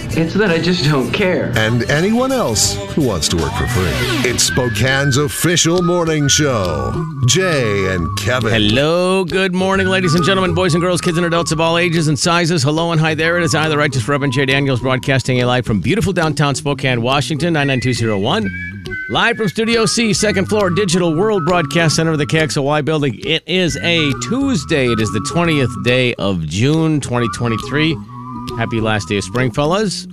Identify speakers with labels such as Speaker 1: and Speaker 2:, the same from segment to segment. Speaker 1: it's that I just don't care.
Speaker 2: and anyone else who wants to work for free. It's Spokane's official morning show. Jay and Kevin.
Speaker 3: Hello, good morning, ladies and gentlemen, boys and girls, kids and adults of all ages and sizes. Hello and hi there. It is I, the Righteous Reverend Jay Daniels, broadcasting a live from beautiful downtown Spokane, Washington, 99201. Live from Studio C, second floor, Digital World Broadcast Center of the KXOY building. It is a Tuesday. It is the 20th day of June, 2023. Happy last day of spring, fellas.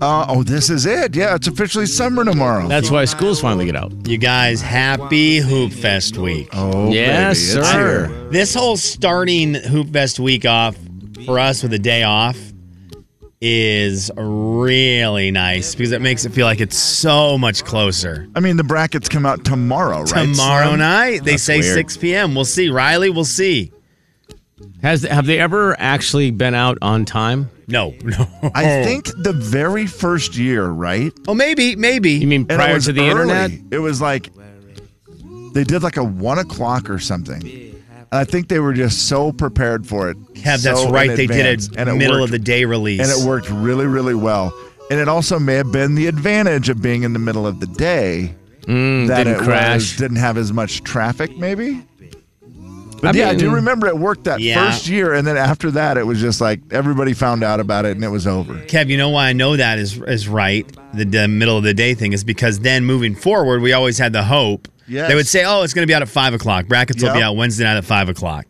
Speaker 4: Uh, oh, this is it. Yeah, it's officially summer tomorrow.
Speaker 3: That's why schools finally get out.
Speaker 5: You guys, happy Hoop Fest week.
Speaker 4: oh,
Speaker 3: yes,
Speaker 4: baby, it's
Speaker 3: sir.
Speaker 4: here.
Speaker 5: This whole starting Hoop Fest week off for us with a day off is really nice because it makes it feel like it's so much closer.
Speaker 4: I mean, the brackets come out tomorrow, right?
Speaker 5: Tomorrow
Speaker 4: Slim?
Speaker 5: night, they say
Speaker 3: weird.
Speaker 5: 6 p.m. We'll see. Riley, we'll see.
Speaker 3: Has have they ever actually been out on time?
Speaker 5: No, no.
Speaker 4: I think the very first year, right?
Speaker 5: Oh, maybe,
Speaker 3: You
Speaker 5: maybe.
Speaker 3: mean
Speaker 4: And it
Speaker 3: prior
Speaker 4: was
Speaker 3: to the
Speaker 4: early.
Speaker 3: internet?
Speaker 4: It was like they did like a one o'clock or something. And I think they were just so prepared for it.
Speaker 5: Kev, that's
Speaker 4: so in
Speaker 5: right. They
Speaker 4: advance,
Speaker 5: did
Speaker 4: and
Speaker 5: a
Speaker 4: it
Speaker 5: middle
Speaker 4: worked,
Speaker 5: of the day release.
Speaker 4: and it worked really, really well. And it also may have been the advantage of being in the middle of the day that
Speaker 3: didn't
Speaker 4: it
Speaker 3: crash.
Speaker 4: Was, didn't have as much traffic, maybe. But yeah, I do
Speaker 3: mean-
Speaker 4: remember it worked that
Speaker 5: Yeah.
Speaker 4: first year, and then after that, it was just like everybody found out about it, and it was over.
Speaker 5: Kev, you know why I know that is is right. The, the middle of the day thing is because then moving forward, we always had the hope.
Speaker 4: Yes.
Speaker 5: They would say, "Oh, it's going to be out at five o'clock. Brackets will be
Speaker 4: Yep.
Speaker 5: out Wednesday night at five o'clock,"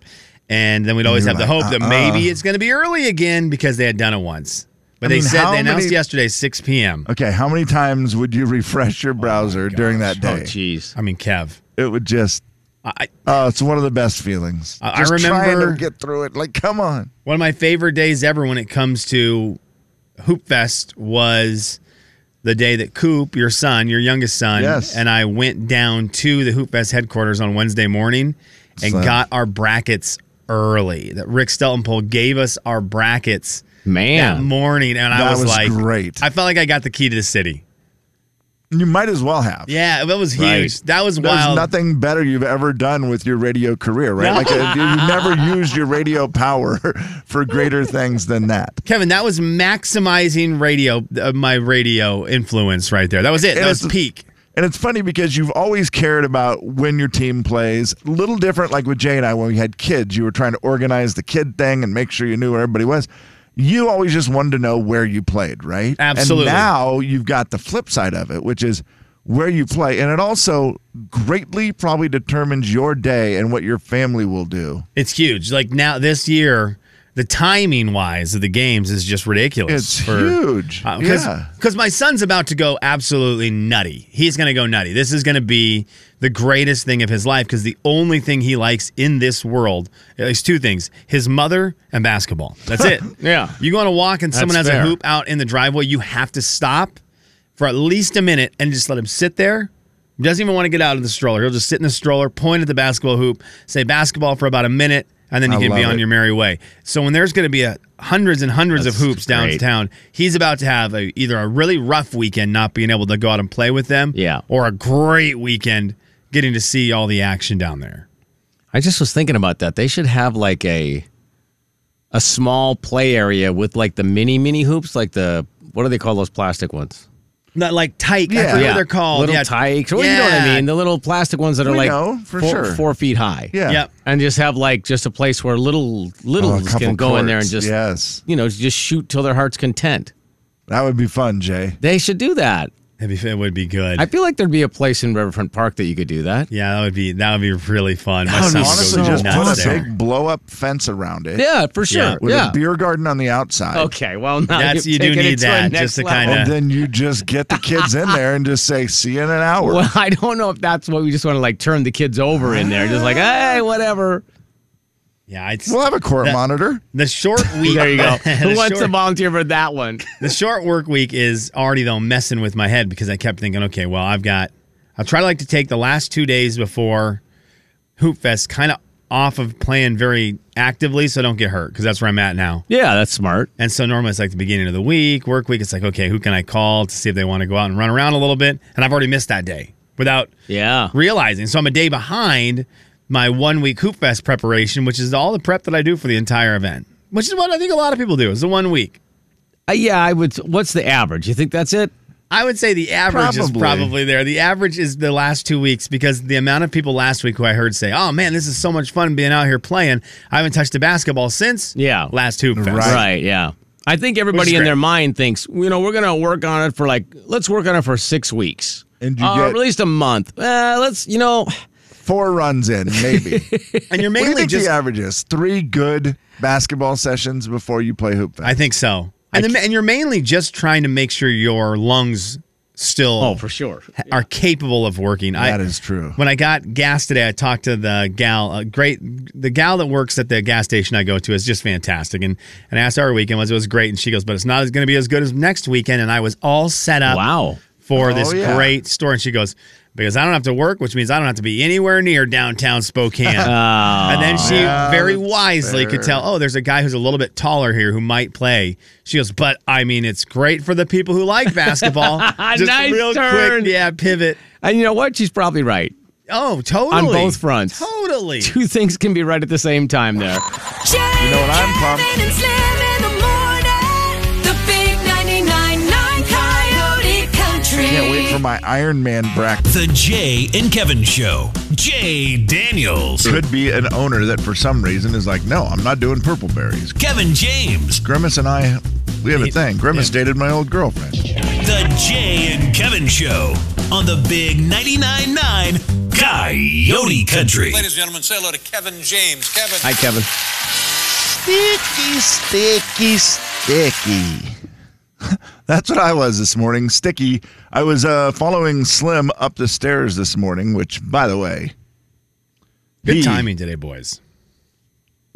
Speaker 5: and then we'd always
Speaker 4: you're
Speaker 5: have the
Speaker 4: like, "Uh-uh."
Speaker 5: hope that maybe it's going to be early again because they had done it once. But
Speaker 4: I
Speaker 5: they
Speaker 4: mean,
Speaker 5: said
Speaker 4: how
Speaker 5: they announced
Speaker 4: many-
Speaker 5: yesterday six p.m.
Speaker 4: Okay, how many times would you refresh your browser during that
Speaker 3: Oh,
Speaker 4: day?
Speaker 3: jeez.
Speaker 5: I mean, Kev,
Speaker 4: it would just.
Speaker 5: I,
Speaker 4: Oh, it's one of the best feelings.
Speaker 5: I- I
Speaker 4: Just trying
Speaker 5: remember-
Speaker 4: to get through it. Like, come on.
Speaker 5: One of my favorite days ever when it comes to Hoop Fest was the day that Coop, your son, your youngest son,
Speaker 4: Yes.
Speaker 5: and I went down to the Hoop Fest headquarters on Wednesday morning and
Speaker 4: Slam.
Speaker 5: got our brackets early. That Rick Steltenpole gave us our brackets that
Speaker 3: Man.
Speaker 5: morning, and I
Speaker 4: That
Speaker 5: was,
Speaker 4: was
Speaker 5: like,
Speaker 4: great.
Speaker 5: I felt like I got the key to the city.
Speaker 4: You might as well have.
Speaker 5: Yeah, that was huge.
Speaker 3: Right.
Speaker 5: That was
Speaker 4: There's
Speaker 5: wild.
Speaker 4: nothing better you've ever done with your radio career, right? Like uh, you you never used your radio power for greater things than that.
Speaker 5: Kevin, that was maximizing radio, uh, my radio influence right there. That was it.
Speaker 4: And
Speaker 5: That was
Speaker 4: it's-
Speaker 5: peak.
Speaker 4: And it's funny because you've always cared about when your team plays. Little different, like with Jay and I, when we had kids, you were trying to organize the kid thing and make sure you knew where everybody was. You always just wanted to know where you played, right?
Speaker 5: Absolutely.
Speaker 4: And now you've got the flip side of it, which is where you play. And it also greatly probably determines your day and what your family will do.
Speaker 5: It's huge. Like now this year, the timing wise of the games is just ridiculous.
Speaker 4: It's huge.
Speaker 5: Because
Speaker 4: Yeah.
Speaker 5: my son's about to go absolutely nutty. He's going to go nutty. This is going to be the greatest thing of his life because the only thing he likes in this world is two things his mother and basketball. That's it.
Speaker 3: Yeah.
Speaker 5: You go on a walk and someone
Speaker 3: That's
Speaker 5: has
Speaker 3: fair.
Speaker 5: a hoop out in the driveway, you have to stop for at least a minute and just let him sit there. He doesn't even want to get out of the stroller. He'll just sit in the stroller, point at the basketball hoop, say basketball for about a minute, and then you
Speaker 4: I
Speaker 5: can be
Speaker 4: love
Speaker 5: on
Speaker 4: it.
Speaker 5: your merry way. So when there's going to be a, hundreds and hundreds
Speaker 3: That's
Speaker 5: of hoops
Speaker 3: great.
Speaker 5: downtown, he's about to have a, either a really rough weekend not being able to go out and play with them,
Speaker 3: Yeah.
Speaker 5: or a great weekend getting to see all the action down there.
Speaker 3: I just was thinking about that. They should have like a a small play area with like the mini mini hoops, like the what do they call those plastic ones?
Speaker 5: Not like tight. I
Speaker 4: Yeah.
Speaker 5: forget what they're called.
Speaker 3: Little
Speaker 5: yeah.
Speaker 3: tykes. Well, you know what I
Speaker 5: Yeah.
Speaker 3: mean. The little plastic ones that are
Speaker 4: We
Speaker 3: like
Speaker 4: know, for
Speaker 3: four,
Speaker 4: sure.
Speaker 3: four feet high.
Speaker 4: Yeah.
Speaker 5: Yep.
Speaker 3: And just have like just a place where little little
Speaker 4: Oh, a couple
Speaker 3: can go in there and
Speaker 4: courts.
Speaker 3: just
Speaker 4: Yes.
Speaker 3: you know, just shoot till their heart's content.
Speaker 4: That would be fun, Jay.
Speaker 3: They should do that.
Speaker 5: That'd be- it would be good.
Speaker 3: I feel like there'd be a place in Riverfront Park that you could do that.
Speaker 5: Yeah, that would be that would be really fun. My
Speaker 3: would
Speaker 5: son
Speaker 3: be
Speaker 5: would
Speaker 4: Honestly,
Speaker 5: go
Speaker 4: just
Speaker 5: nuts
Speaker 4: put a
Speaker 5: there.
Speaker 4: big blow up fence around it.
Speaker 3: Yeah, for sure. Yeah.
Speaker 5: Yeah.
Speaker 4: With a beer garden on the outside.
Speaker 3: okay. Well, now you've
Speaker 5: That's- you do
Speaker 3: taken it
Speaker 5: need
Speaker 3: to a
Speaker 5: that,
Speaker 3: next
Speaker 5: just to
Speaker 3: level.
Speaker 5: kinda-
Speaker 4: And then you just get the kids in there and just say, see you in an hour.
Speaker 3: Well, I don't know if that's what we just want to like turn the kids over in there, just like hey, whatever.
Speaker 5: Yeah, it's
Speaker 4: We'll have a court
Speaker 5: That-
Speaker 4: monitor.
Speaker 5: the short week.
Speaker 3: There you go. Who
Speaker 5: the
Speaker 3: wants to
Speaker 5: short-
Speaker 3: volunteer for that one?
Speaker 5: the short work week is already though messing with my head because I kept thinking, okay, well, I've got I'll try to like to take the last two days before Hoop Fest kind of off of playing very actively so I don't get hurt because that's where I'm at now.
Speaker 3: Yeah, that's smart.
Speaker 5: And so normally it's like the beginning of the week, work week. It's like, okay, who can I call to see if they want to go out and run around a little bit? And I've already missed that day without
Speaker 3: Yeah.
Speaker 5: realizing. So I'm a day behind my one week Hoop Fest preparation, which is all the prep that I do for the entire event, which is what I think a lot of people do is the one week.
Speaker 3: Uh, yeah, I would. What's the average? You think that's it?
Speaker 5: I would say the average is
Speaker 4: Probably.
Speaker 5: probably there. The average is the last two weeks because the amount of people last week who I heard say, "Oh man, this is so much fun being out here playing." I haven't touched a basketball since
Speaker 3: Yeah.
Speaker 5: last hoop fest.
Speaker 4: Right.
Speaker 3: Right. Yeah. I think
Speaker 5: Which
Speaker 3: everybody
Speaker 5: is
Speaker 3: in
Speaker 5: great.
Speaker 3: their mind thinks, you know, we're going to work on it for like, let's work on it for six weeks.
Speaker 4: And you
Speaker 3: Uh,
Speaker 4: get-
Speaker 3: at least a month. Uh, let's, you know,
Speaker 4: Four runs in, maybe.
Speaker 5: And you're
Speaker 4: what do you
Speaker 5: mainly
Speaker 4: think
Speaker 5: just
Speaker 4: the average is? Three good basketball sessions before you play hoop. Fest.
Speaker 5: I think so. And, the, and you're mainly just trying to make sure your lungs still
Speaker 3: oh, for sure.
Speaker 5: are capable of working.
Speaker 4: That
Speaker 5: I,
Speaker 4: is true.
Speaker 5: When I got gas today, I talked to the gal, a great, the gal that works at the gas station I go to is just fantastic. And and I asked her how her weekend was, it was great. And she goes, but it's not going to be as good as next weekend. And I was all set up
Speaker 3: Wow.
Speaker 5: for this
Speaker 4: Oh, yeah.
Speaker 5: great store. And she goes, because I don't have to work, which means I don't have to be anywhere near downtown Spokane.
Speaker 3: Oh,
Speaker 5: and then she very wisely could tell, oh, there's a guy who's a little bit taller here who might play. She goes, but I mean, it's great for the people who like basketball.
Speaker 3: Nice turn.
Speaker 5: yeah, pivot.
Speaker 3: And you know what? She's probably right.
Speaker 5: Oh, totally.
Speaker 3: On both fronts.
Speaker 5: Totally.
Speaker 3: Two things can be right at the same time there.
Speaker 6: Jay, you
Speaker 4: know what I'm pumped?
Speaker 6: Kevin, and Slim in the morning. The big 99.9 Coyote Country.
Speaker 4: Can't wait for my Iron Man bracket.
Speaker 7: The Jay and Kevin Show. Jay Daniels.
Speaker 4: Could be an owner that for some reason is like, no, I'm not doing purple berries.
Speaker 7: Kevin James.
Speaker 4: Grimace and I, we have a thing. Grimace dated my old girlfriend.
Speaker 7: The Jay and Kevin Show on the Big 99.9 9 Coyote Country.
Speaker 8: Ladies and gentlemen, say hello to Kevin James. Kevin.
Speaker 3: Hi, Kevin.
Speaker 4: Sticky, sticky, sticky. That's what I was this morning. Sticky. I was uh, following Slim up the stairs this morning, which, by the way,
Speaker 5: Good
Speaker 4: he-
Speaker 5: timing today, boys.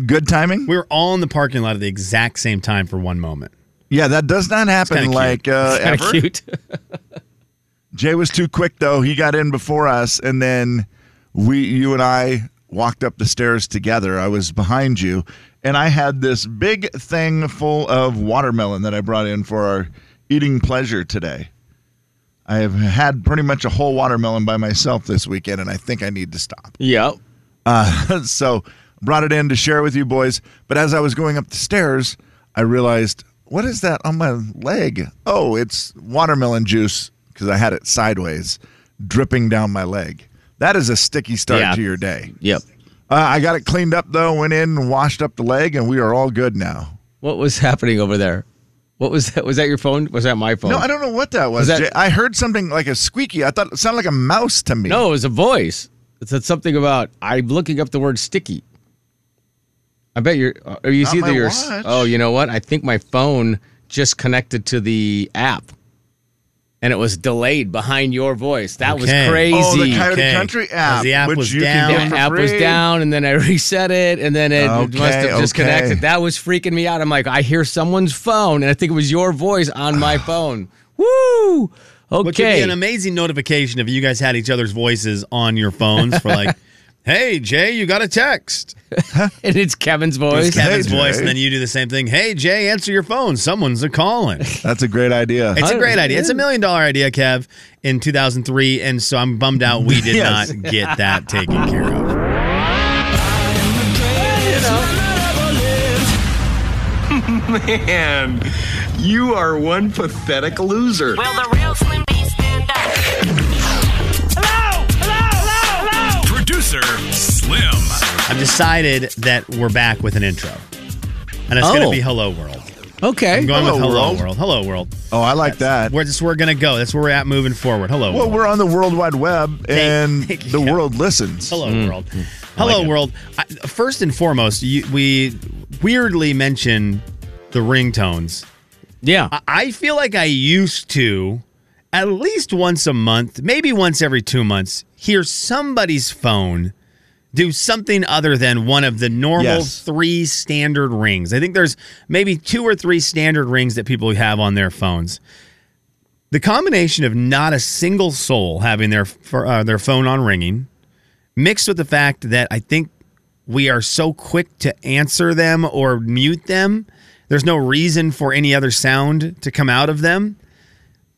Speaker 4: Good timing.
Speaker 5: We were all in the parking lot at the exact same time for one moment.
Speaker 4: Yeah, that does not happen
Speaker 5: kinda
Speaker 4: like uh,
Speaker 3: Kind of
Speaker 4: ever.
Speaker 3: cute.
Speaker 4: Jay was too quick though. He got in before us, and then we, you and I, walked up the stairs together. I was behind you, and I had this big thing full of watermelon that I brought in for our eating pleasure today. I have had pretty much a whole watermelon by myself this weekend, and I think I need to stop.
Speaker 3: yep.
Speaker 4: so brought it in to share with you boys. But as I was going up the stairs, I realized, what is that on my leg? Oh, it's watermelon juice because I had it sideways dripping down my leg. That is a sticky start
Speaker 3: Yeah.
Speaker 4: to your day.
Speaker 3: Yep.
Speaker 4: Uh, I got it cleaned up though, went in and washed up the leg, and we are all good now.
Speaker 3: What was happening over there? What was that? Was that your phone? Was that my phone?
Speaker 4: No, I don't know what that
Speaker 3: Was
Speaker 4: was.
Speaker 3: that-
Speaker 4: Jay. I heard something like a squeaky. I thought it sounded like a mouse to me.
Speaker 3: No, it was a voice. It said something about I'm looking up the word sticky. I bet you're. uh, Or you
Speaker 4: Not
Speaker 3: see
Speaker 4: my
Speaker 3: that your.
Speaker 4: watch.
Speaker 3: Oh, you know what? I think my phone just connected to the app, and it was delayed behind your voice. That
Speaker 5: Okay.
Speaker 3: was crazy.
Speaker 4: Oh, the Coyote
Speaker 5: okay.
Speaker 4: Country
Speaker 5: 'Cause
Speaker 4: app.
Speaker 5: the app
Speaker 4: which
Speaker 5: was
Speaker 4: you
Speaker 5: down.
Speaker 4: Can get
Speaker 3: the
Speaker 4: for
Speaker 3: app was
Speaker 4: free.
Speaker 3: down, and then I reset it, and then it
Speaker 4: Okay,
Speaker 3: must have disconnected.
Speaker 4: okay.
Speaker 3: That was freaking me out. I'm like, I hear someone's phone, and I think it was your voice on my phone. Woo!
Speaker 5: Which would be
Speaker 3: Okay.
Speaker 5: an amazing notification if you guys had each other's voices on your phones for like, hey, Jay, you got a text.
Speaker 3: and it's Kevin's voice.
Speaker 5: It's Kevin's
Speaker 4: Hey,
Speaker 5: voice,
Speaker 4: Jay.
Speaker 5: and then you do the same thing. Hey, Jay, answer your phone. Someone's a calling.
Speaker 4: That's a great idea.
Speaker 5: It's a great
Speaker 3: Oh,
Speaker 5: idea. It's a
Speaker 3: yeah.
Speaker 5: million dollar idea, Kev, in 2003. And so I'm bummed out we did
Speaker 4: Yes.
Speaker 5: not get that taken care of.
Speaker 1: Man, you are one pathetic loser.
Speaker 9: Will the real Slim Beast stand up? Hello! Hello! Hello!
Speaker 7: Producer Slim.
Speaker 5: I've decided that we're back with an intro. And it's going
Speaker 3: Oh.
Speaker 5: to be Hello World.
Speaker 3: Okay.
Speaker 5: I'm going
Speaker 4: Hello
Speaker 5: with Hello
Speaker 4: World.
Speaker 5: World. Hello World.
Speaker 4: oh, I like that.
Speaker 5: Where this we're going to go. That's where we're at moving forward. Hello
Speaker 4: Well,
Speaker 5: World.
Speaker 4: we're on the World Wide Web, and
Speaker 5: thank you.
Speaker 4: the world listens.
Speaker 5: Hello World.
Speaker 4: Mm.
Speaker 5: Hello World. I, first and foremost, you, we weirdly mention the ringtones.
Speaker 3: Yeah.
Speaker 5: I- I feel like I used to at least once a month, maybe once every two months, hear somebody's phone do something other than one of the normal
Speaker 4: Yes.
Speaker 5: three standard rings. I think there's maybe two or three standard rings that people have on their phones. The combination of not a single soul having their for, uh, their phone on ringing, mixed with the fact that I think we are so quick to answer them or mute them, there's no reason for any other sound to come out of them.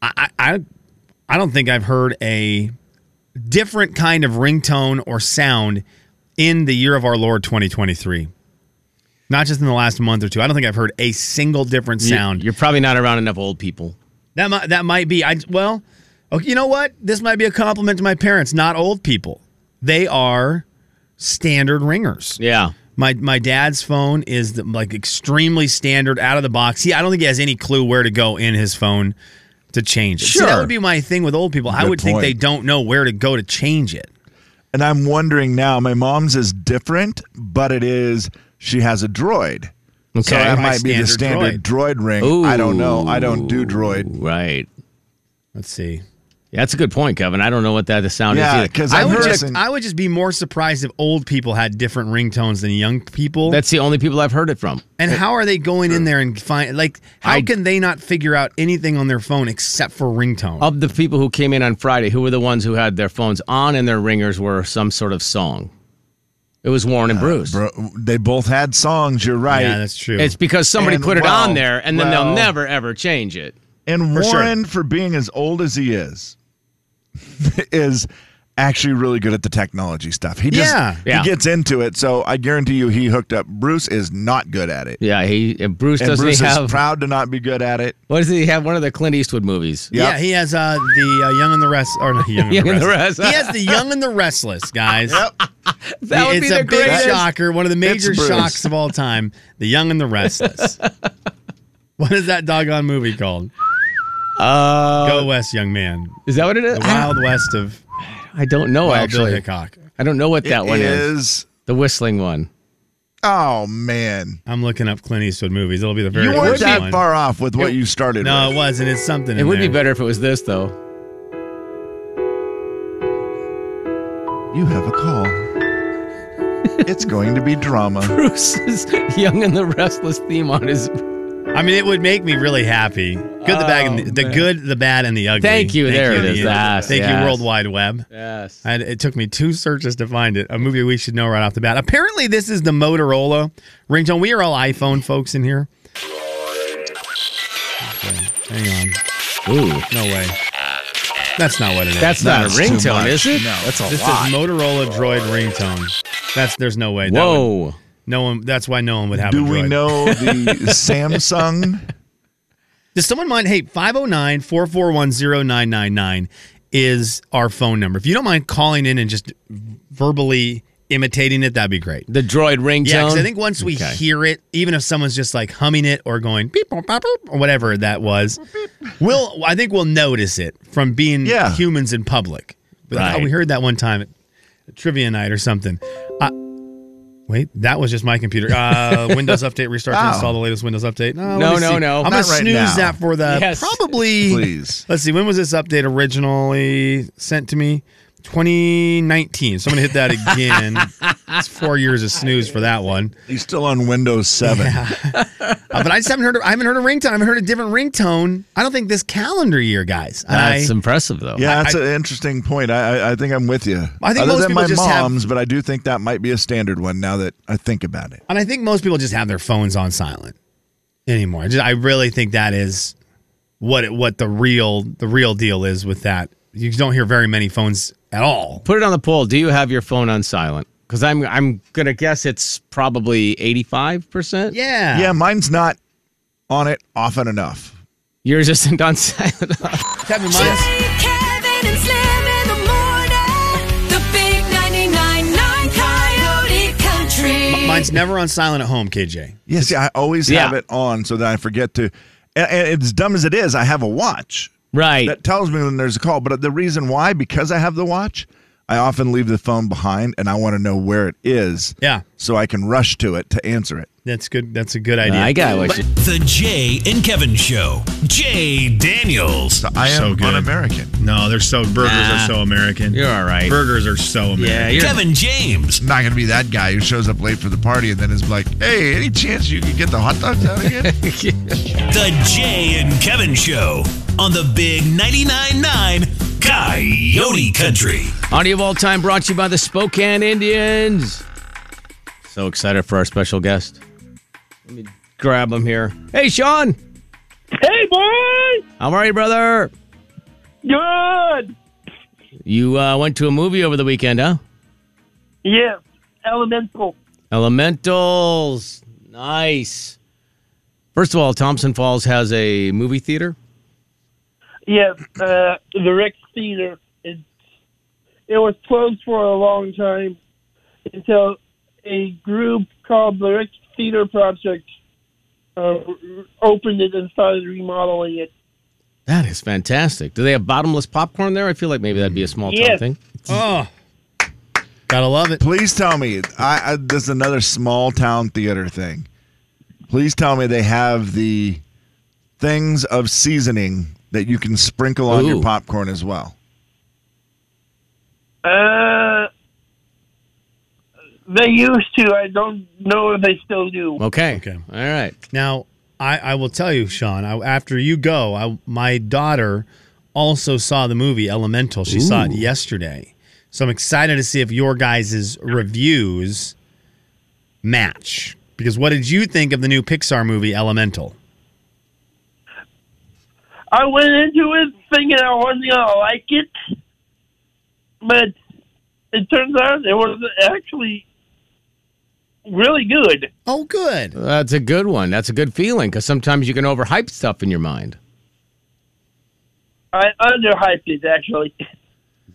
Speaker 5: I I, I- I don't think I've heard a different kind of ringtone or sound in the year of our Lord 2023. Not just in the last month or two. I don't think I've heard a single different
Speaker 3: You-
Speaker 5: sound.
Speaker 3: You're probably not around enough old people.
Speaker 5: That might that might be. I well, okay, you know what? This might be a compliment to my parents, not old people. They are standard ringers.
Speaker 3: Yeah.
Speaker 5: My my dad's phone is the, like extremely standard out of the box. He I don't think he has any clue where to go in his phone to change it. See, that
Speaker 4: Sure.
Speaker 5: would be my thing with old people. I
Speaker 4: Good
Speaker 5: would think they
Speaker 4: point.
Speaker 5: don't know where to go to change it.
Speaker 4: And I'm wondering now, my mom's is different, but it is she has a droid. So
Speaker 5: Okay.
Speaker 4: that
Speaker 5: My
Speaker 4: might be the
Speaker 5: standard
Speaker 4: standard droid, ring. I don't know. I don't do droid.
Speaker 3: Right.
Speaker 5: Let's see.
Speaker 3: Yeah, that's a good point, Kevin. I don't know what that the sound
Speaker 4: Yeah,
Speaker 3: is either.
Speaker 4: 'cause
Speaker 5: I
Speaker 4: I've
Speaker 5: would
Speaker 4: heard
Speaker 5: just
Speaker 4: it-
Speaker 5: I would just be more surprised if old people had different ringtones than young people.
Speaker 3: That's the only people I've heard it from.
Speaker 5: And how are they going in there and find like how
Speaker 3: I-
Speaker 5: can they not figure out anything on their phone except for ringtone?
Speaker 3: Of the people who came in on Friday, who were the ones who had their phones on and their ringers were some sort of song? It was Warren and
Speaker 4: Uh,
Speaker 3: Bruce.
Speaker 4: Bro, they both had songs. You're right.
Speaker 5: yeah, that's true.
Speaker 3: It's because somebody
Speaker 4: And
Speaker 3: put it
Speaker 4: well,
Speaker 3: on there, and then they'll
Speaker 4: well.
Speaker 3: never ever change it.
Speaker 4: And
Speaker 5: For sure.
Speaker 4: Warren, for being as old as he is, is actually really good at the technology stuff. He just
Speaker 5: Yeah.
Speaker 3: Yeah.
Speaker 4: he gets into it. So I guarantee you, he hooked up. Bruce is not good at it.
Speaker 3: Yeah, he and Bruce
Speaker 4: And
Speaker 3: doesn't
Speaker 4: Bruce
Speaker 3: he
Speaker 4: is
Speaker 3: have
Speaker 4: proud to not be good at it.
Speaker 3: what does he have? One of the Clint Eastwood movies.
Speaker 5: yeah, he has uh, the uh, Young and the Rest or not Young and,
Speaker 3: Young
Speaker 5: the,
Speaker 3: and the
Speaker 5: Restless.
Speaker 3: Rest.
Speaker 5: he has the Young and the Restless, guys.
Speaker 3: That would
Speaker 5: it's
Speaker 3: be
Speaker 5: a
Speaker 3: the
Speaker 5: big
Speaker 3: greatest.
Speaker 5: shocker, one of the major
Speaker 4: It's Bruce.
Speaker 5: shocks of all time. The Young and the Restless. what is that doggone movie called?
Speaker 3: Uh,
Speaker 5: Go West, young man.
Speaker 3: is that what it is?
Speaker 5: The
Speaker 3: I-
Speaker 5: Wild West of
Speaker 3: I don't know
Speaker 5: Wild Bill
Speaker 3: actually.
Speaker 5: Hickok.
Speaker 3: I don't know what that one is.
Speaker 4: is.
Speaker 3: The whistling one.
Speaker 4: Oh man,
Speaker 5: I'm looking up Clint Eastwood movies. It'll be the very
Speaker 4: you weren't
Speaker 5: first
Speaker 4: that
Speaker 5: one.
Speaker 4: far off with what you started.
Speaker 5: No,
Speaker 4: with.
Speaker 5: it wasn't. It's something.
Speaker 3: It
Speaker 5: in
Speaker 3: would be
Speaker 5: there.
Speaker 3: better if it was this though.
Speaker 4: you have a call. it's going to be drama.
Speaker 3: Bruce's Young and the Restless theme on his.
Speaker 5: I mean, it would make me really happy. Good, the bad, and the, the good, the bad, and the ugly.
Speaker 3: Oh, Thank you. There it
Speaker 5: the-
Speaker 3: is. Yes,
Speaker 5: Thank
Speaker 3: yes.
Speaker 5: you, World Wide Web.
Speaker 3: Yes.
Speaker 5: I, it took me two searches to find it. A movie we should know right off the bat. Apparently, this is the Motorola ringtone. We are all iPhone folks in here. Okay, hang
Speaker 3: Ooh,
Speaker 5: on. No way. That's not what it is.
Speaker 3: that's not a
Speaker 4: That's too
Speaker 3: ringtone,
Speaker 4: much.
Speaker 3: is it?
Speaker 4: No, that's a
Speaker 5: this is
Speaker 4: lot.
Speaker 5: Motorola Droid ringtone. That's there's no way. That would-
Speaker 3: Whoa.
Speaker 5: no one. That's why no one would have.
Speaker 4: Do
Speaker 5: a
Speaker 4: we
Speaker 5: Droid.
Speaker 4: know the Samsung?
Speaker 5: Does someone mind? Hey, 509 441 0999 is our phone number. If you don't mind calling in and just verbally imitating it, that'd be great.
Speaker 3: The droid ringtone.
Speaker 5: Yeah, because I think once we
Speaker 3: Okay.
Speaker 5: hear it, even if someone's just like humming it or going beep, boop, bop, boop, or whatever that was, we'll I think we'll notice it from being
Speaker 4: Yeah.
Speaker 5: humans in public. But, like,
Speaker 3: Right.
Speaker 5: oh, we heard that one time at trivia night or something. Uh, wait, that was just my computer. Uh, Windows update restart to
Speaker 4: Oh.
Speaker 5: install the latest Windows update. No,
Speaker 3: No,
Speaker 5: let me
Speaker 3: no,
Speaker 5: see.
Speaker 3: no.
Speaker 5: I'm gonna
Speaker 4: Not right
Speaker 5: snooze
Speaker 4: now.
Speaker 5: that for the
Speaker 3: Yes.
Speaker 5: probably.
Speaker 4: Please.
Speaker 5: Let's see. When was this update originally sent to me? 2019. So I'm gonna hit that again. It's four years of snooze for that one.
Speaker 4: He's still on Windows 7.
Speaker 5: Uh, but I just haven't heard. Of, I haven't heard a ringtone. I haven't heard a different ringtone. I don't think this calendar year, guys. And I,
Speaker 3: that's impressive though.
Speaker 4: Yeah, that's an interesting point. I, I I think I'm with you.
Speaker 5: I think
Speaker 4: Other
Speaker 5: most
Speaker 4: than
Speaker 5: people
Speaker 4: my
Speaker 5: just have-
Speaker 4: mom's, but I do think that might be a standard one now that I think about it.
Speaker 5: and I think most people just have their phones on silent anymore. Just, I really think that is what it, what the real the real deal is with that. You don't hear very many phones at all.
Speaker 3: Put it on the poll. Do you have your phone on silent? Because I'm I'm gonna guess it's probably 85 percent.
Speaker 5: Yeah.
Speaker 4: Yeah, mine's not on it often enough.
Speaker 3: Yours isn't on silent.
Speaker 5: Kevin,
Speaker 6: Jay,
Speaker 5: mine's-
Speaker 6: Kevin, and Slim in the morning. The big 99.9 Coyote Country.
Speaker 5: mine's never on silent at home, KJ.
Speaker 4: Yes, yeah, I always have
Speaker 3: Yeah.
Speaker 4: it on so that I forget to. And, and as dumb as it is, I have a watch
Speaker 3: right.
Speaker 4: that tells me when there's a call. But the reason why, because I have the watch,
Speaker 1: I often leave the phone behind and I want to know where it is.
Speaker 5: Yeah.
Speaker 1: So I can rush to it to answer it.
Speaker 5: That's good. That's a good idea.
Speaker 7: But- The Jay and Kevin Show. Jay Daniels.
Speaker 5: So good. No, they're so burgers
Speaker 7: Nah.
Speaker 5: are so American.
Speaker 7: You're all right.
Speaker 5: Burgers are so American.
Speaker 7: Kevin James.
Speaker 1: Not going to be that guy who shows up late for the party and then is like, hey, any chance you could get the hot dogs out again?
Speaker 7: The Jay and Kevin Show on the Big 99.9 9 Coyote Country.
Speaker 3: Audio of all time brought to you by the Spokane Indians. So excited for our special guest. Let me grab him here. Hey, Sean.
Speaker 4: Hey, boy.
Speaker 3: How are you, brother?
Speaker 4: Good.
Speaker 3: You uh, went to a movie over the weekend, huh?
Speaker 4: Yes. Elemental.
Speaker 3: Elementals. Nice. First of all, Thompson Falls has a movie theater.
Speaker 4: Yes. Uh, the Rex Theater. It, it was closed for a long time until a group called the Rex Theater Project uh, opened it and started remodeling it.
Speaker 3: That is fantastic. Do they have bottomless popcorn there? I feel like maybe that'd be a small town
Speaker 4: Yes.
Speaker 3: thing.
Speaker 5: Oh. Gotta love it.
Speaker 1: Please tell me, I, I, this is another small town theater thing. Please tell me they have the things of seasoning that you can sprinkle on your
Speaker 4: Ooh.
Speaker 1: popcorn as well.
Speaker 4: Uh, they used to. I don't know if they still do.
Speaker 3: Okay.
Speaker 5: Okay. All
Speaker 3: right.
Speaker 5: Now, I, I will tell you, Sean, I, after you go, I, my daughter also saw the movie Elemental. She saw it
Speaker 10: Ooh.
Speaker 5: yesterday. So I'm excited to see if your guys' reviews match. Because what did you think of the new Pixar movie Elemental?
Speaker 4: I went into it thinking I wasn't gonna like it, but it turns out it was actually really good.
Speaker 5: Oh, good.
Speaker 3: That's a good one. That's a good feeling because sometimes you can overhype stuff in your mind.
Speaker 4: I underhyped it actually.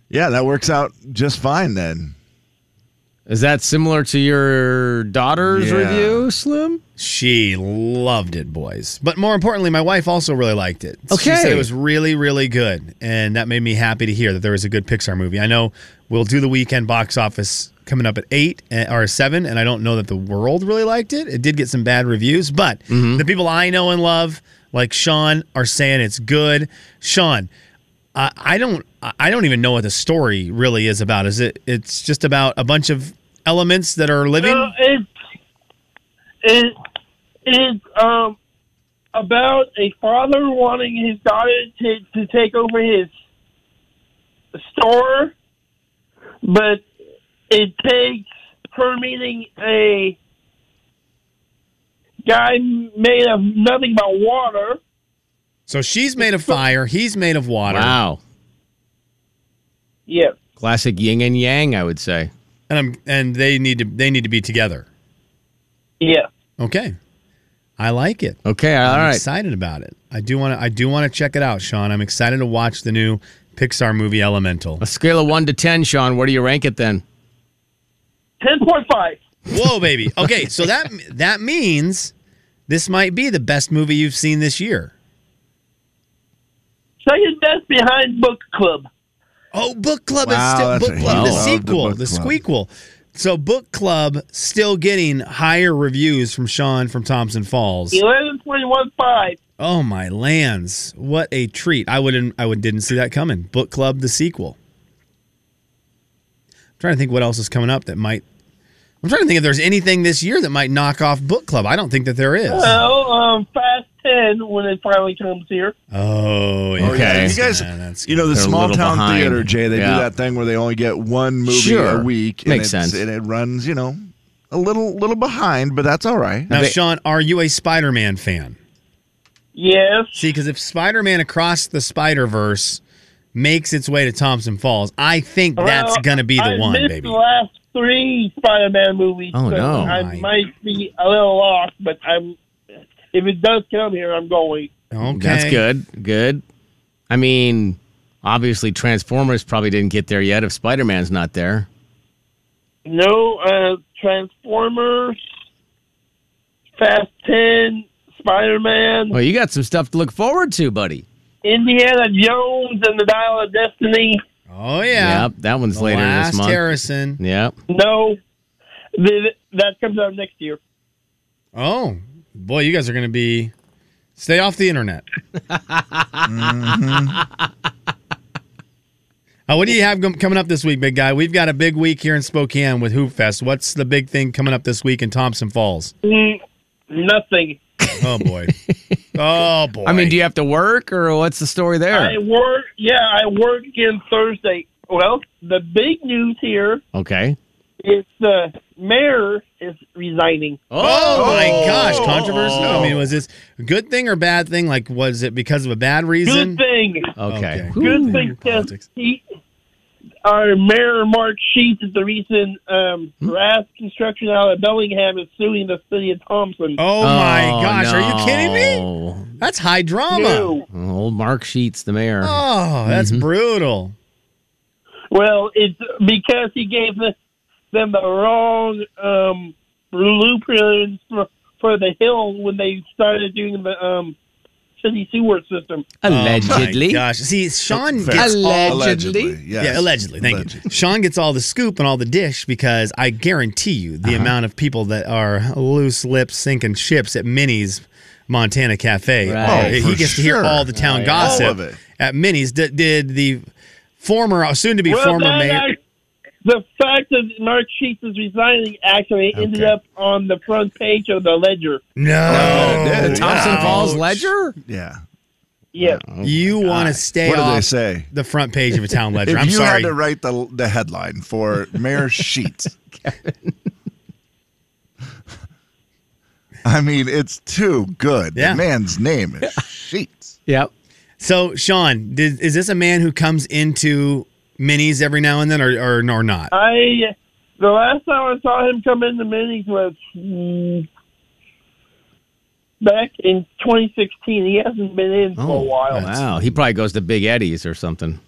Speaker 1: Yeah, that works out just fine then.
Speaker 3: Is that similar to your daughter's
Speaker 5: Yeah.
Speaker 3: review, Slim?
Speaker 5: She loved it, boys. But more importantly, my wife also really liked it. She
Speaker 3: Okay.
Speaker 5: said it was really, really good. And that made me happy to hear that there was a good Pixar movie. I know we'll do the weekend box office coming up at 8 eh, or 7, and I don't know that the world really liked it. It did get some bad reviews, but the people I know and love, like Sean, are saying it's good. Sean, I I don't I I don't even know what the story really is about. Is it it's just about a bunch of elements that are living?
Speaker 4: Uh, it's it is um about a father wanting his daughter to to take over his store, but it takes her meeting a guy made of nothing but water.
Speaker 5: So she's made of fire. He's made of water.
Speaker 3: Wow.
Speaker 4: Yeah.
Speaker 3: Classic yin and yang, I would say.
Speaker 5: And I'm and they need to they need to be together.
Speaker 4: Yeah.
Speaker 5: Okay. I like it.
Speaker 3: Okay.
Speaker 5: I'm
Speaker 3: all right.
Speaker 5: Excited about it. I do want to. I do want to check it out, Sean. I'm excited to watch the new Pixar movie Elemental.
Speaker 3: A scale of one to ten, Sean, where do you rank it then?
Speaker 4: Ten point five.
Speaker 5: Whoa, baby. Okay, so that that means this might be the best movie you've seen this year.
Speaker 4: Second best behind Book Club.
Speaker 5: Oh, Book Club
Speaker 4: Wow,
Speaker 5: is
Speaker 4: that's
Speaker 5: still
Speaker 4: a
Speaker 5: Book Club, the
Speaker 4: huge- Love the
Speaker 5: sequel,
Speaker 4: Book
Speaker 5: the,
Speaker 4: Club.
Speaker 5: squeakquel. So Book Club still getting higher reviews from Sean from Thompson Falls.
Speaker 4: Eleven point one five.
Speaker 5: Oh my lands! What a treat! I wouldn't. I would didn't see that coming. Book club, the sequel. I'm trying to think what else is coming up that might. I'm trying to think if there's anything this year that might knock off book club. I don't think that there is.
Speaker 4: Well, um, Fast Ten when it finally comes here.
Speaker 5: Oh, yeah.
Speaker 1: Okay. You guys, you know, the
Speaker 5: They're a
Speaker 1: small
Speaker 5: little
Speaker 1: town
Speaker 5: behind.
Speaker 1: theater, Jay, they
Speaker 5: Yeah.
Speaker 1: do that thing where they only get one movie
Speaker 5: Sure.
Speaker 1: a week. and
Speaker 5: Makes
Speaker 1: it's-
Speaker 5: sense.
Speaker 1: And it runs, you know, a little little behind, but that's all right.
Speaker 5: Now, Sean, are you a Spider-Man fan?
Speaker 4: Yes.
Speaker 5: See, because if Spider-Man Across the Spider-Verse makes its way to Thompson Falls, I think that's
Speaker 4: Well,
Speaker 5: gonna be the
Speaker 4: I
Speaker 5: one,
Speaker 4: missed
Speaker 5: baby.
Speaker 4: The last three Spider-Man movies.
Speaker 5: Oh,
Speaker 4: so
Speaker 5: no.
Speaker 4: I might be a little lost, but I'm. If it does come here, I'm going.
Speaker 5: Okay.
Speaker 3: That's good. Good. I mean, obviously Transformers probably didn't get there yet if Spider Man's not there.
Speaker 4: No uh, Transformers, Fast Ten, Spider-Man,
Speaker 3: Well, you got some stuff to look forward to, buddy.
Speaker 4: Indiana Jones, and the Dial of Destiny.
Speaker 5: Oh yeah.
Speaker 3: Yep, that one's later this
Speaker 5: last
Speaker 3: month.
Speaker 5: Harrison.
Speaker 3: Yep.
Speaker 4: No, th- that comes out next year.
Speaker 5: Oh boy, you guys are gonna be stay off the internet. Mm-hmm. Uh, what do you have com- coming up this week, big guy? We've got a big week here in Spokane with Hoop Fest. What's the big thing coming up this week in Thompson Falls?
Speaker 4: Mm, nothing.
Speaker 5: Oh boy. oh boy.
Speaker 3: I mean, do you have to work or what's the story
Speaker 4: I
Speaker 3: there?
Speaker 4: work. Yeah, I work again Thursday. Well, the big news here
Speaker 3: okay.
Speaker 4: is the mayor is resigning.
Speaker 5: Oh, my gosh, controversy. I mean, was this a good thing or bad thing? Like, was it because of a bad reason?
Speaker 4: Good thing.
Speaker 3: Okay.
Speaker 4: Good thing because he, our mayor Mark Sheets is the reason um,
Speaker 3: Hmm?
Speaker 4: Rask Construction out of Bellingham is suing the city of Thompson.
Speaker 5: Oh my
Speaker 3: Oh,
Speaker 5: gosh, are you kidding me?
Speaker 3: no.
Speaker 5: That's high drama.
Speaker 4: No.
Speaker 3: Old Mark Sheets, the mayor. Mm-hmm.
Speaker 5: Oh, that's brutal.
Speaker 4: Well, it's because he gave the, them the wrong um, blueprints for, for the hill when they started doing the um, city sewer system.
Speaker 5: Oh my
Speaker 3: Allegedly.
Speaker 5: gosh. See, Sean
Speaker 1: Fair.
Speaker 5: gets all
Speaker 3: Allegedly.
Speaker 1: yes.
Speaker 5: Yeah, allegedly. Thank you. Sean gets all the scoop and all the dish because I guarantee you
Speaker 3: Uh-huh.
Speaker 5: the amount of people that are loose lips sinking ships at Minnie's Montana Cafe.
Speaker 3: Right.
Speaker 1: Oh,
Speaker 5: he
Speaker 1: for
Speaker 5: gets to hear
Speaker 1: sure.
Speaker 5: all the town gossip
Speaker 1: All of it.
Speaker 5: at Minnie's. D- did the former, soon to be former
Speaker 4: that
Speaker 5: mayor?
Speaker 4: act- the fact that Mark Sheets is resigning actually ended
Speaker 5: Okay.
Speaker 4: up on the front page of the ledger. Uh,
Speaker 5: no,
Speaker 1: Yeah, it did.
Speaker 3: Thompson
Speaker 1: Ouch.
Speaker 3: Falls Ledger?
Speaker 1: Yeah.
Speaker 4: Yeah.
Speaker 5: you want to
Speaker 1: Oh
Speaker 5: stay
Speaker 1: What do they
Speaker 5: off
Speaker 1: say?
Speaker 5: the front page of a town ledger.
Speaker 1: If
Speaker 5: I'm
Speaker 1: you
Speaker 5: sorry.
Speaker 1: had to write the the headline for Mayor Sheets, I mean, it's too good.
Speaker 5: Yeah.
Speaker 1: The man's name is Sheets.
Speaker 3: Yep.
Speaker 5: so, Sean, did, is this a man who comes into Minnie's every now and then or, or, or not?
Speaker 4: I the last time I saw him come into minis was mm, back in 2016. He hasn't been in
Speaker 5: Oh,
Speaker 4: for a while.
Speaker 3: Oh, Wow. He probably goes to Big Eddie's or something.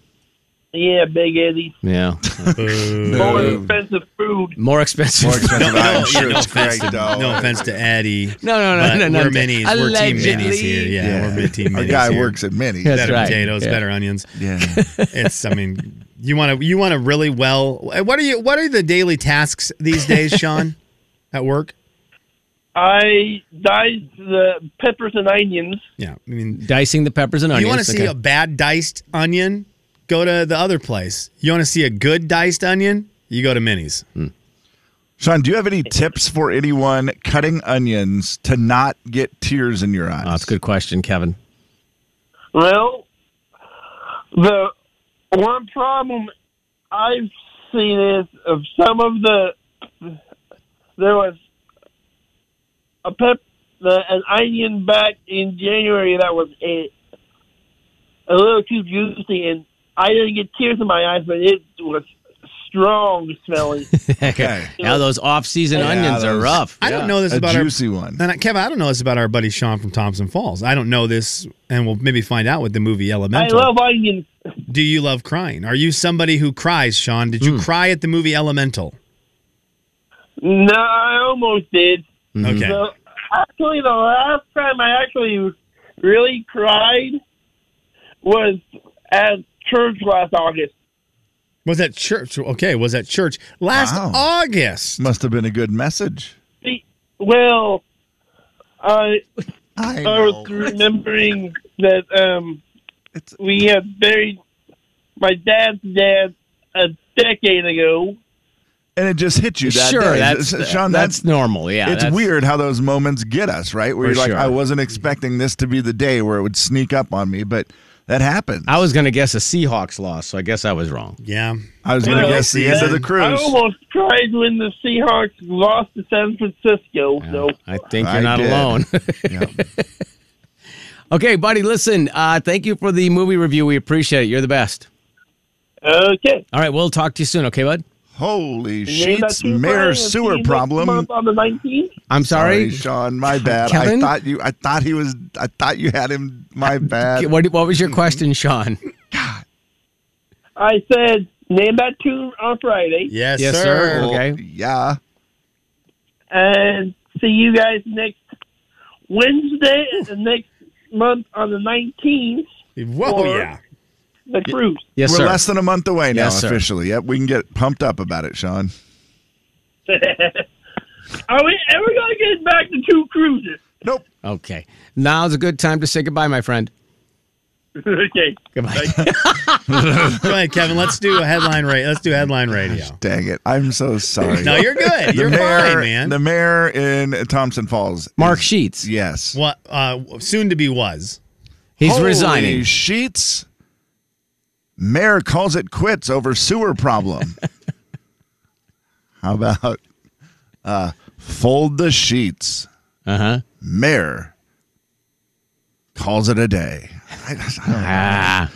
Speaker 4: Yeah, Big Eddie.
Speaker 3: Yeah.
Speaker 4: More expensive food.
Speaker 3: More expensive.
Speaker 1: More expensive. I'm
Speaker 5: yeah,
Speaker 1: sure
Speaker 5: no
Speaker 1: it's
Speaker 5: offense
Speaker 1: great
Speaker 5: to,
Speaker 1: dough.
Speaker 5: no offense to Eddie.
Speaker 3: No, no, no,
Speaker 5: but
Speaker 3: no, no.
Speaker 5: We're minis. We're team minis
Speaker 3: Allegedly.
Speaker 5: here. Yeah,
Speaker 1: Yeah.
Speaker 5: we're mid team minis.
Speaker 1: Our guy
Speaker 5: here.
Speaker 1: works at Minnie's.
Speaker 3: Yes. That's
Speaker 5: Better
Speaker 3: right.
Speaker 5: potatoes,
Speaker 3: Yeah.
Speaker 5: better onions.
Speaker 1: Yeah.
Speaker 5: It's. I mean, you want to. You want to really well. What are you? What are the daily tasks these days, Sean? at work.
Speaker 4: I diced the peppers and onions.
Speaker 5: Yeah. I mean,
Speaker 3: Dicing the peppers and onions.
Speaker 5: you want to see
Speaker 3: okay.
Speaker 5: a bad diced onion? Go to the other place. You want to see a good diced onion? You go to Minis.
Speaker 1: Sean, do you have any tips for anyone cutting onions to not get tears in your eyes?
Speaker 3: Oh, that's a good question, Kevin.
Speaker 4: Well, the one problem I've seen is of some of the there was a pep the, an onion back in January that was a a little too juicy, and I didn't get tears in my eyes, but it was strong smelling.
Speaker 1: Okay.
Speaker 3: Now those off-season
Speaker 1: Yeah,
Speaker 3: onions are
Speaker 1: those-
Speaker 3: rough.
Speaker 5: I
Speaker 3: Yeah.
Speaker 5: don't know this
Speaker 1: A
Speaker 5: about
Speaker 1: juicy
Speaker 5: our,
Speaker 1: one.
Speaker 5: And I, Kevin, I don't know this about our buddy Sean from Thompson Falls. I don't know this, and we'll maybe find out with the movie
Speaker 4: I
Speaker 5: Elemental.
Speaker 4: love onions.
Speaker 5: Do you love crying? Are you somebody who cries, Sean? Did you cry at the movie Elemental?
Speaker 4: No, I almost did.
Speaker 5: Okay.
Speaker 4: So actually, the last time I actually really cried was at church last August.
Speaker 5: Was at church? Okay, was at church last
Speaker 1: Wow.
Speaker 5: August.
Speaker 1: Must have been a good message.
Speaker 4: See, Well, I
Speaker 1: I
Speaker 4: I was remembering that um,
Speaker 1: It's-
Speaker 4: we had buried my dad's dad a decade ago.
Speaker 1: and it just hit you that
Speaker 3: sure,
Speaker 1: day.
Speaker 3: that's
Speaker 1: S- Sean,
Speaker 3: that's, normal. Yeah,
Speaker 1: it's
Speaker 3: that's-
Speaker 1: weird how those moments get us, right? Where
Speaker 3: For
Speaker 1: you're like,
Speaker 3: sure.
Speaker 1: I wasn't expecting this to be the day where it would sneak up on me, but that happened.
Speaker 3: I was going to guess a Seahawks loss, so I guess I was wrong.
Speaker 5: Yeah.
Speaker 1: I was going to
Speaker 4: Well,
Speaker 1: guess the end of the
Speaker 4: I
Speaker 1: cruise.
Speaker 4: almost cried when the Seahawks lost to San Francisco. So
Speaker 3: I think you're
Speaker 1: I
Speaker 3: not
Speaker 1: did.
Speaker 3: alone.
Speaker 1: Yeah.
Speaker 3: okay, buddy. Listen, uh, thank you for the movie review. We appreciate it. You're the best.
Speaker 4: okay.
Speaker 3: All right, we'll talk to you soon. Okay, bud.
Speaker 1: Holy
Speaker 4: Name that
Speaker 1: sheets,
Speaker 4: team, Brian,
Speaker 1: mayor
Speaker 4: and see you
Speaker 1: sewer
Speaker 4: next
Speaker 1: problem.
Speaker 4: month on the 19th.
Speaker 3: I'm sorry.
Speaker 1: Sean, my bad.
Speaker 3: Kevin?
Speaker 1: I thought you. I thought he was. I thought you had him. My bad.
Speaker 3: What, what was your question, Sean?
Speaker 4: I said, name that tune on Friday,
Speaker 5: Yes,
Speaker 3: Yes,
Speaker 5: sir.
Speaker 3: sir. Okay.
Speaker 1: Yeah.
Speaker 4: and see you guys next Wednesday and the next month on the 19th
Speaker 5: Whoa,
Speaker 4: Or-
Speaker 5: yeah.
Speaker 4: the cruise.
Speaker 3: Yes,
Speaker 1: We're
Speaker 3: sir.
Speaker 1: less than a month away now,
Speaker 3: Yes, sir.
Speaker 1: officially. Yep, we can get pumped up about it, Sean.
Speaker 4: Are we ever going to get back to two cruises?
Speaker 1: Nope.
Speaker 3: Okay. Now's a good time to say goodbye, my friend.
Speaker 4: okay.
Speaker 3: Goodbye.
Speaker 5: Go ahead, Kevin. Let's do a headline radio. Let's do headline radio.
Speaker 1: Dang it. I'm so sorry.
Speaker 5: No, you're good.
Speaker 1: Oh, The
Speaker 5: You're
Speaker 1: mayor,
Speaker 5: fine, man.
Speaker 1: The mayor in Thompson Falls.
Speaker 3: Mark Sheets.
Speaker 1: Yes.
Speaker 5: What uh, soon to be was.
Speaker 3: He's
Speaker 1: Holy
Speaker 3: resigning.
Speaker 1: Sheets. Mayor calls it quits over sewer problem. How about uh, fold the sheets?
Speaker 3: Uh huh.
Speaker 1: Mayor calls it a day. I, I don't know.
Speaker 3: Ah.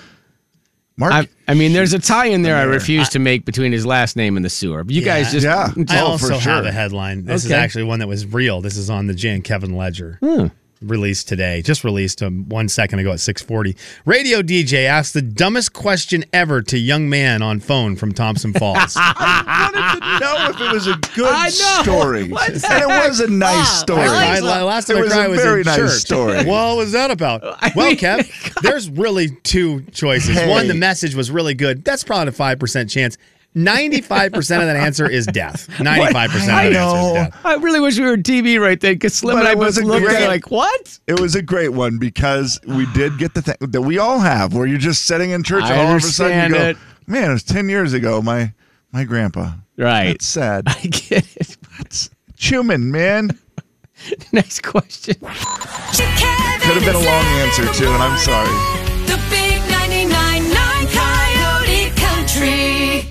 Speaker 1: Mark,
Speaker 3: I, I mean, there's a tie in there I refuse to make between his last name and the sewer. But you guys just.
Speaker 1: Yeah.
Speaker 5: I
Speaker 1: Oh,
Speaker 5: also
Speaker 1: for sure.
Speaker 5: have a headline. This is
Speaker 3: Okay.
Speaker 5: actually one that was real. This is on the Jan Kevin Ledger.
Speaker 1: Hmm.
Speaker 5: Released today, just released um, one second ago at 6:40. Radio DJ asked the dumbest question ever to young man on phone from Thompson Falls.
Speaker 1: I wanted to know if it was a
Speaker 3: I
Speaker 1: good
Speaker 3: know.
Speaker 1: story.
Speaker 3: What
Speaker 1: and
Speaker 3: the heck?
Speaker 1: it was a nice story.
Speaker 5: I cried, la- last time
Speaker 1: it
Speaker 5: I
Speaker 1: was
Speaker 5: cried
Speaker 1: a
Speaker 5: was
Speaker 1: very
Speaker 5: in
Speaker 1: nice
Speaker 5: church.
Speaker 1: story.
Speaker 5: Well, what was that about?
Speaker 3: I
Speaker 5: well,
Speaker 3: mean,
Speaker 5: Kev, there's really two choices.
Speaker 1: Hey.
Speaker 5: One, the message was really good. That's probably a five percent chance. Ninety-five percent of that answer is death. Ninety-five percent
Speaker 1: I
Speaker 5: of that answer
Speaker 1: know.
Speaker 5: is death.
Speaker 3: I really wish we were TV right then because Slim
Speaker 1: But
Speaker 3: and I
Speaker 1: it
Speaker 3: both
Speaker 1: was a
Speaker 3: looked at it
Speaker 1: great-
Speaker 3: like, what?
Speaker 1: It was a great one because we did get the thing that we all have where you're just sitting in church
Speaker 3: I
Speaker 1: and all of a sudden you
Speaker 3: understand
Speaker 1: go,
Speaker 3: it.
Speaker 1: man, it was 10 years ago, my my grandpa.
Speaker 3: Right.
Speaker 1: It's sad.
Speaker 3: I get it.
Speaker 1: It's human, man.
Speaker 3: Next question.
Speaker 1: Could have been a long answer, too, and I'm sorry.
Speaker 6: The big 99.9 Coyote Country.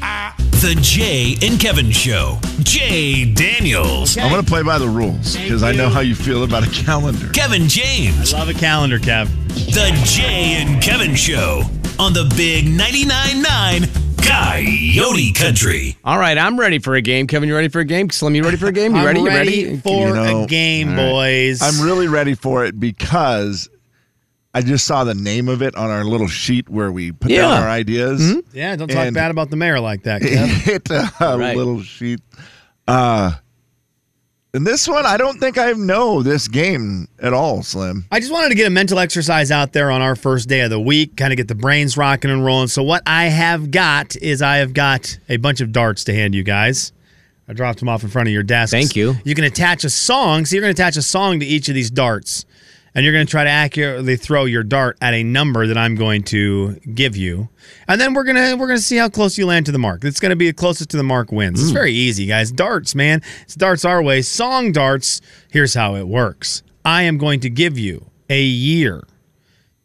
Speaker 7: The Jay and Kevin Show. Jay Daniels.
Speaker 1: I'm going to play by the rules because I know how you feel about a calendar.
Speaker 7: Kevin James.
Speaker 5: Love a calendar, Kev.
Speaker 7: The Jay and Kevin Show on the Big 99.9 Coyote Country.
Speaker 3: All right, I'm ready for a game. Kevin, you ready for a game? Slim, you ready for a game? You
Speaker 5: I'm
Speaker 3: ready? You
Speaker 5: ready,
Speaker 3: ready?
Speaker 5: for
Speaker 1: You know,
Speaker 5: a game, boys.
Speaker 1: I'm really ready for it because I just saw the name of it on our little sheet where we put
Speaker 3: Yeah. Hmm?
Speaker 1: down our ideas.
Speaker 5: yeah. Don't talk
Speaker 1: And-
Speaker 5: bad about the mayor like that, Kev.
Speaker 1: hit uh, a
Speaker 3: Right.
Speaker 1: little sheet. Uh, and this one, I don't think I know this game at all, Slim.
Speaker 5: I just wanted to get a mental exercise out there on our first day of the week, kind of get the brains rocking and rolling. So, what I have got is I have got a bunch of darts to hand you guys. I dropped them off in front of your desk.
Speaker 3: Thank you.
Speaker 5: You can attach a song. So, you're going to attach a song to each of these darts, and you're going to try to accurately throw your dart at a number that I'm going to give you. And then we're going to we're going to see how close you land to the mark. It's going to be the closest to the mark wins. It's very easy, guys. Darts, man. It's darts our way. Song darts. Here's how it works. I am going to give you a year.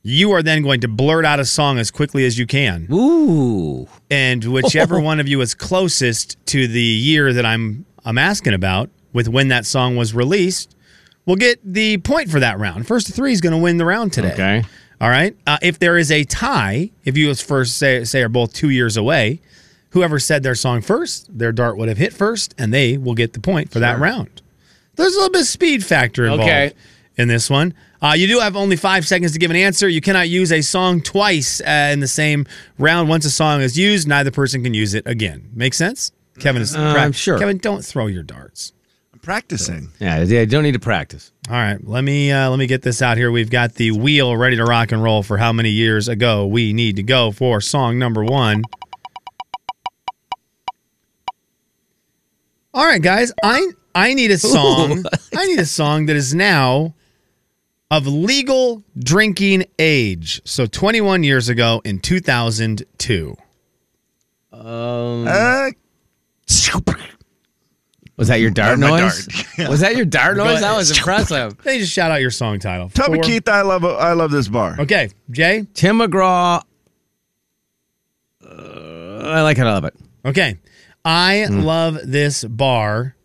Speaker 5: You are then going to blurt out a song as quickly as you can.
Speaker 3: Ooh.
Speaker 5: And whichever one of you is closest to the year that I'm I'm asking about with when that song was released, will get the point for that round. First to three is going to win the round today.
Speaker 3: Okay.
Speaker 5: All right. Uh, if there is a tie, if you was first say say are both two years away, whoever said their song first, their dart would have hit first, and they will get the point for that round. There's a little bit of speed factor involved
Speaker 3: Okay.
Speaker 5: in this one. Uh, you do have only five seconds to give an answer. You cannot use a song twice uh, in the same round. Once a song is used, neither person can use it again. Make sense? Kevin is
Speaker 3: Uh,
Speaker 5: correct.
Speaker 3: sure.
Speaker 5: Kevin, don't throw your darts.
Speaker 1: I'm practicing.
Speaker 3: Yeah, they don't need to practice.
Speaker 5: All right, let me uh, let me get this out here. We've got the wheel ready to rock and roll for how many years ago we need to go for song number one. All right, guys, I I need a song. I need a song that is now of legal drinking age. So 21 years ago in 2002.
Speaker 3: Um,
Speaker 5: Mm.
Speaker 1: Uh,
Speaker 3: was that your dart
Speaker 1: my
Speaker 3: noise?
Speaker 1: dart. Yeah.
Speaker 3: Was that your dart noise? That was impressive.
Speaker 5: They just shout out your song title.
Speaker 1: Toby
Speaker 5: Four- Uh,
Speaker 1: Keith, I love I love this bar.
Speaker 5: Okay, Jay.
Speaker 3: Tim McGraw. Uh, I like it. I love it.
Speaker 5: Okay. I
Speaker 1: Hmm.
Speaker 5: love this bar.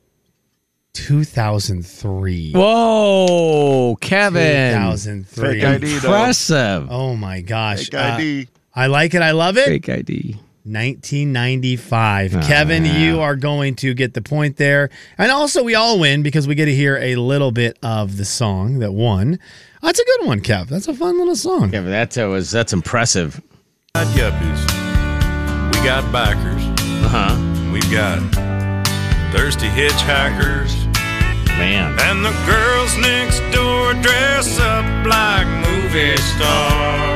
Speaker 5: 2003.
Speaker 3: Whoa, Kevin.
Speaker 5: 2003.
Speaker 1: Fake ID. though.
Speaker 3: Impressive.
Speaker 5: Oh my gosh.
Speaker 1: Fake
Speaker 5: Uh,
Speaker 1: ID.
Speaker 5: I like it. I love it.
Speaker 3: Fake ID.
Speaker 5: 1995. Kevin, you are going to get the point there. And also, we all win because we get to hear a little bit of the song that won. That's a good one, Kev. That's a fun little song.
Speaker 3: Kevin, that uh, was that's impressive.
Speaker 10: got yuppies, we got bikers,
Speaker 3: Uh huh.
Speaker 10: and we've got thirsty hitchhikers,
Speaker 3: Man.
Speaker 10: and the girls next door dress up like movie stars.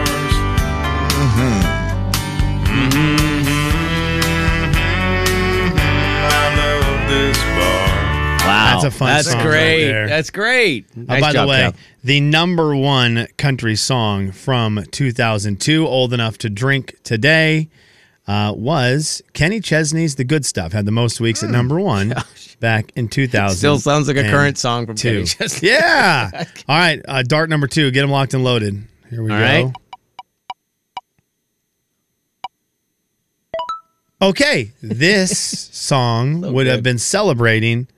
Speaker 5: That's a fun
Speaker 3: That's
Speaker 5: song.
Speaker 3: great.
Speaker 5: Right there.
Speaker 3: That's great.
Speaker 5: Uh,
Speaker 3: Nice
Speaker 5: by the
Speaker 3: job,
Speaker 5: way,
Speaker 3: Cal.
Speaker 5: the number one country song from 2002, Old Enough to Drink Today, uh, was Kenny Chesney's The Good Stuff. Had the most weeks at number one back in 2000.
Speaker 3: Hmm. Still sounds like a current song from
Speaker 5: two.
Speaker 3: Kenny Chesney.
Speaker 5: Yeah. All right. Uh, dart number two. Get them locked and loaded. Here we
Speaker 3: All
Speaker 5: go.
Speaker 3: right.
Speaker 5: Okay, this song would have been celebrating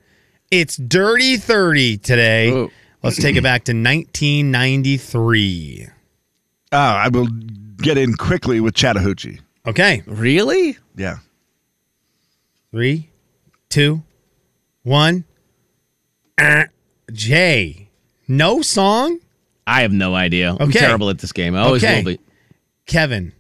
Speaker 5: its Dirty 30 today. Let's take it back to 1993.
Speaker 1: Oh, I will get in quickly with Chattahoochee.
Speaker 5: Okay.
Speaker 3: Really?
Speaker 1: Yeah.
Speaker 5: Three, two, one. Uh, Jay, no song?
Speaker 3: I have no idea. I'm
Speaker 5: Okay.
Speaker 3: terrible at this game. I always
Speaker 5: Okay.
Speaker 3: will be.
Speaker 5: Kevin,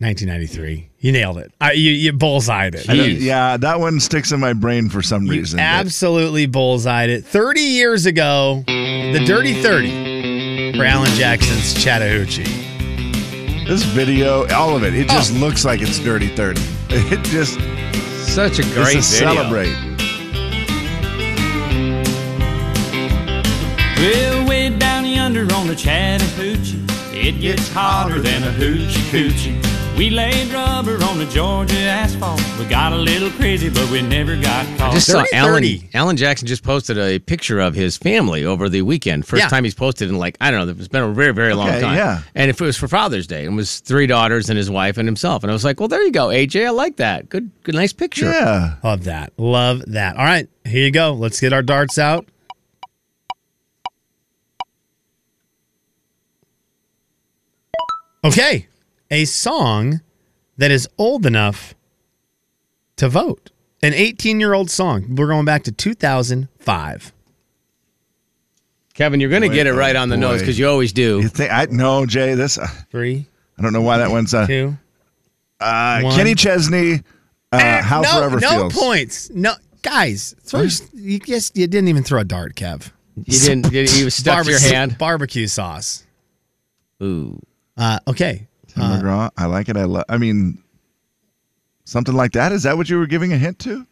Speaker 5: 1993. You nailed it. I, you, you bullseyed it.
Speaker 1: I don't- yeah, that one sticks in my brain for some reason. but-
Speaker 5: Absolutely bullseyed it. 30 years ago, the Dirty 30 for Alan Jackson's Chattahoochee.
Speaker 1: This video, all of it, it just looks like it's Dirty 30. It just
Speaker 3: such a
Speaker 5: great video.
Speaker 1: celebrate.
Speaker 11: Well, way down yonder on the Chattahoochee, it gets hotter than a hoochie coochie. We laid rubber on the Georgia asphalt. We got a little crazy, but we never got caught.
Speaker 3: I just saw Alan. Alan Jackson just posted a picture of his family over the weekend. First
Speaker 11: Yeah.
Speaker 3: time he's posted in like I don't know. It's been a very very long
Speaker 11: Okay,
Speaker 3: time.
Speaker 11: yeah.
Speaker 3: And if it was for Father's Day, it was three daughters and his wife and himself. And I was like, well, there you go, AJ. I like that. Good, good, nice picture.
Speaker 1: Yeah.
Speaker 5: Love that. Love that. All right, here you go. Let's get our darts out. Okay, a song that is old enough to vote. An 18 year old song. We're going back to 2005.
Speaker 3: Kevin, you're going to
Speaker 1: Boy,
Speaker 3: get it
Speaker 1: oh
Speaker 3: right on the
Speaker 1: boy.
Speaker 3: nose because you always do.
Speaker 1: You think I no, Jay, this uh,
Speaker 5: Three.
Speaker 1: I don't know why that one's uh,
Speaker 5: two.
Speaker 1: Uh,
Speaker 5: one. Eh,
Speaker 1: Kenny Chesney, uh, How
Speaker 5: no,
Speaker 1: Forever
Speaker 5: no
Speaker 1: Feels.
Speaker 5: points. No, guys, throw, you guess you didn't even throw a dart, Kev.
Speaker 3: You didn't. You, you stuck your
Speaker 5: Barbecue-
Speaker 3: hand.
Speaker 5: Barbecue sauce.
Speaker 3: Ooh.
Speaker 5: Uh, okay.
Speaker 1: Tim McGraw, I like it. I love. I mean, something like that. Is that what you were giving a hint to?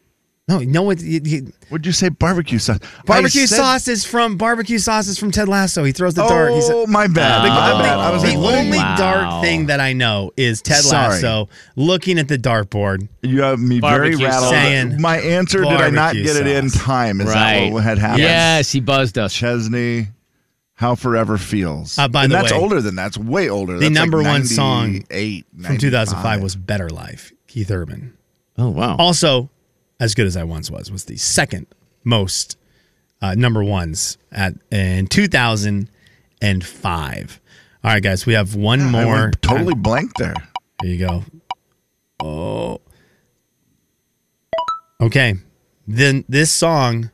Speaker 5: No, no. It, you, you,
Speaker 1: Would you say barbecue sauce?
Speaker 5: Barbecue
Speaker 1: I said-
Speaker 5: sauce is from barbecue sauce is from Ted Lasso. He throws the dart. He's
Speaker 1: Oh, my bad. My bad. I was
Speaker 5: the
Speaker 1: like, what did-
Speaker 5: only
Speaker 1: Wow.
Speaker 5: dart thing that I know is Ted
Speaker 1: Sorry.
Speaker 5: Lasso looking at the dartboard.
Speaker 1: You have me very
Speaker 5: Barbecue
Speaker 1: rattled.
Speaker 5: saying
Speaker 1: my answer did I not
Speaker 5: barbecue
Speaker 1: get it in
Speaker 5: sauce.
Speaker 1: time? Is
Speaker 5: Right.
Speaker 1: that what had happened?
Speaker 5: Yes,
Speaker 3: he buzzed us.
Speaker 1: Chesney, How Forever Feels.
Speaker 5: Uh, by
Speaker 1: and
Speaker 5: the
Speaker 1: that's
Speaker 5: way,
Speaker 1: older than that's way older.
Speaker 5: The
Speaker 1: That's like
Speaker 5: number one song
Speaker 1: 98,
Speaker 5: from 2005
Speaker 1: 95.
Speaker 5: was Better Life, Keith Urban.
Speaker 3: Oh wow!
Speaker 5: Also, as good as I once was, was the second most uh, number ones at in 2005. All right, guys, we have one
Speaker 1: I
Speaker 5: more.
Speaker 1: went totally blank there.
Speaker 5: There you go. Oh. Okay. Then this song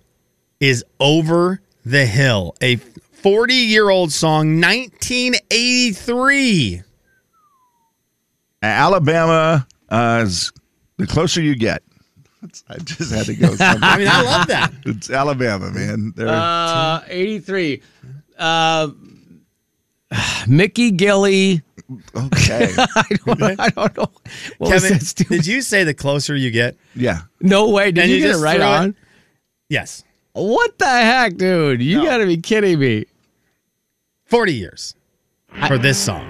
Speaker 5: is Over the Hill, a 40 year old song, 1983.
Speaker 1: Alabama uh, is the closer you get. That's- I just had to go. somewhere.
Speaker 5: I mean, I love that.
Speaker 1: It's Alabama, man. They're,
Speaker 3: Uh, 83. Uh, Mickey Gilly.
Speaker 1: Okay.
Speaker 3: I, don't, I don't know. What was
Speaker 5: Kevin,
Speaker 3: that stupid-
Speaker 5: did you say the closer you get?
Speaker 1: yeah.
Speaker 3: No way. Did
Speaker 5: And
Speaker 3: you,
Speaker 5: you
Speaker 3: get it
Speaker 5: just
Speaker 3: right
Speaker 5: threw it-
Speaker 3: on?
Speaker 5: Yes.
Speaker 3: What the heck, dude? You got to be kidding me.
Speaker 5: 40 years for this song.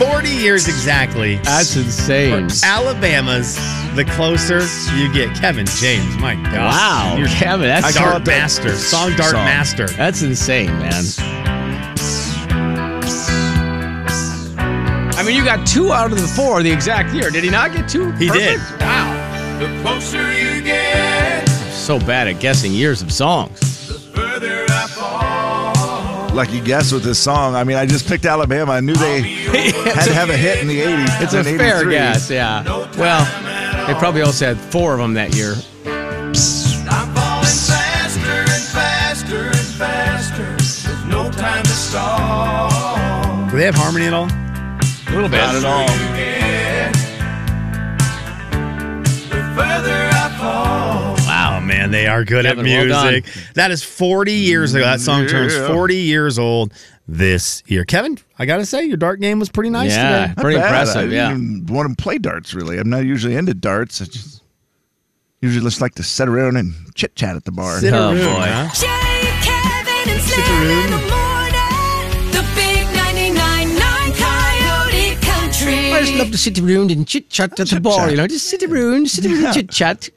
Speaker 5: 40 years exactly.
Speaker 3: That's insane.
Speaker 5: For Alabama's The Closer You Get. Kevin James, my God.
Speaker 3: Wow.
Speaker 5: You're
Speaker 3: Kevin, that's
Speaker 5: I call it
Speaker 3: dart
Speaker 5: the master. Song dart
Speaker 3: song.
Speaker 5: master.
Speaker 3: That's insane, man. I mean, you got two out of the four the exact year. Did he not get two?
Speaker 5: He did.
Speaker 3: Perfect?
Speaker 12: Wow. The closer you get,
Speaker 3: So bad at guessing years of songs.
Speaker 12: further I fall.
Speaker 1: lucky guess with this song. I mean, I just picked Alabama. I knew they had to have a hit in the 80s.
Speaker 3: It's a
Speaker 1: in
Speaker 3: fair
Speaker 1: 83.
Speaker 3: guess, yeah. Well, they probably also had four of them that year.
Speaker 12: I'm falling faster and faster and faster. There's no time to stall.
Speaker 5: Do they have harmony at all? A
Speaker 3: little bit.
Speaker 12: Not at all. The further I fall.
Speaker 5: Wow, man, they are good
Speaker 3: Kevin,
Speaker 5: at
Speaker 3: well done.
Speaker 5: music. that is 40 years ago. That song turns
Speaker 3: Yeah.
Speaker 5: 40 years old this year. Kevin, I got to say, your dart game was pretty nice
Speaker 3: Yeah.
Speaker 5: today.
Speaker 1: Not
Speaker 3: Pretty
Speaker 1: bad.
Speaker 3: impressive,
Speaker 1: I
Speaker 3: yeah.
Speaker 1: didn't even want to play darts, really. I'm not usually into darts. I just Usually just like to sit around and chit chat at the bar.
Speaker 6: Sit Oh, around, boy. huh? Jay, Kevin, and Slim in the morning. The big 99.9 Coyote Country.
Speaker 3: I just love to sit around and chit chat at the bar. You know, just sit around, sit around, and chit chat.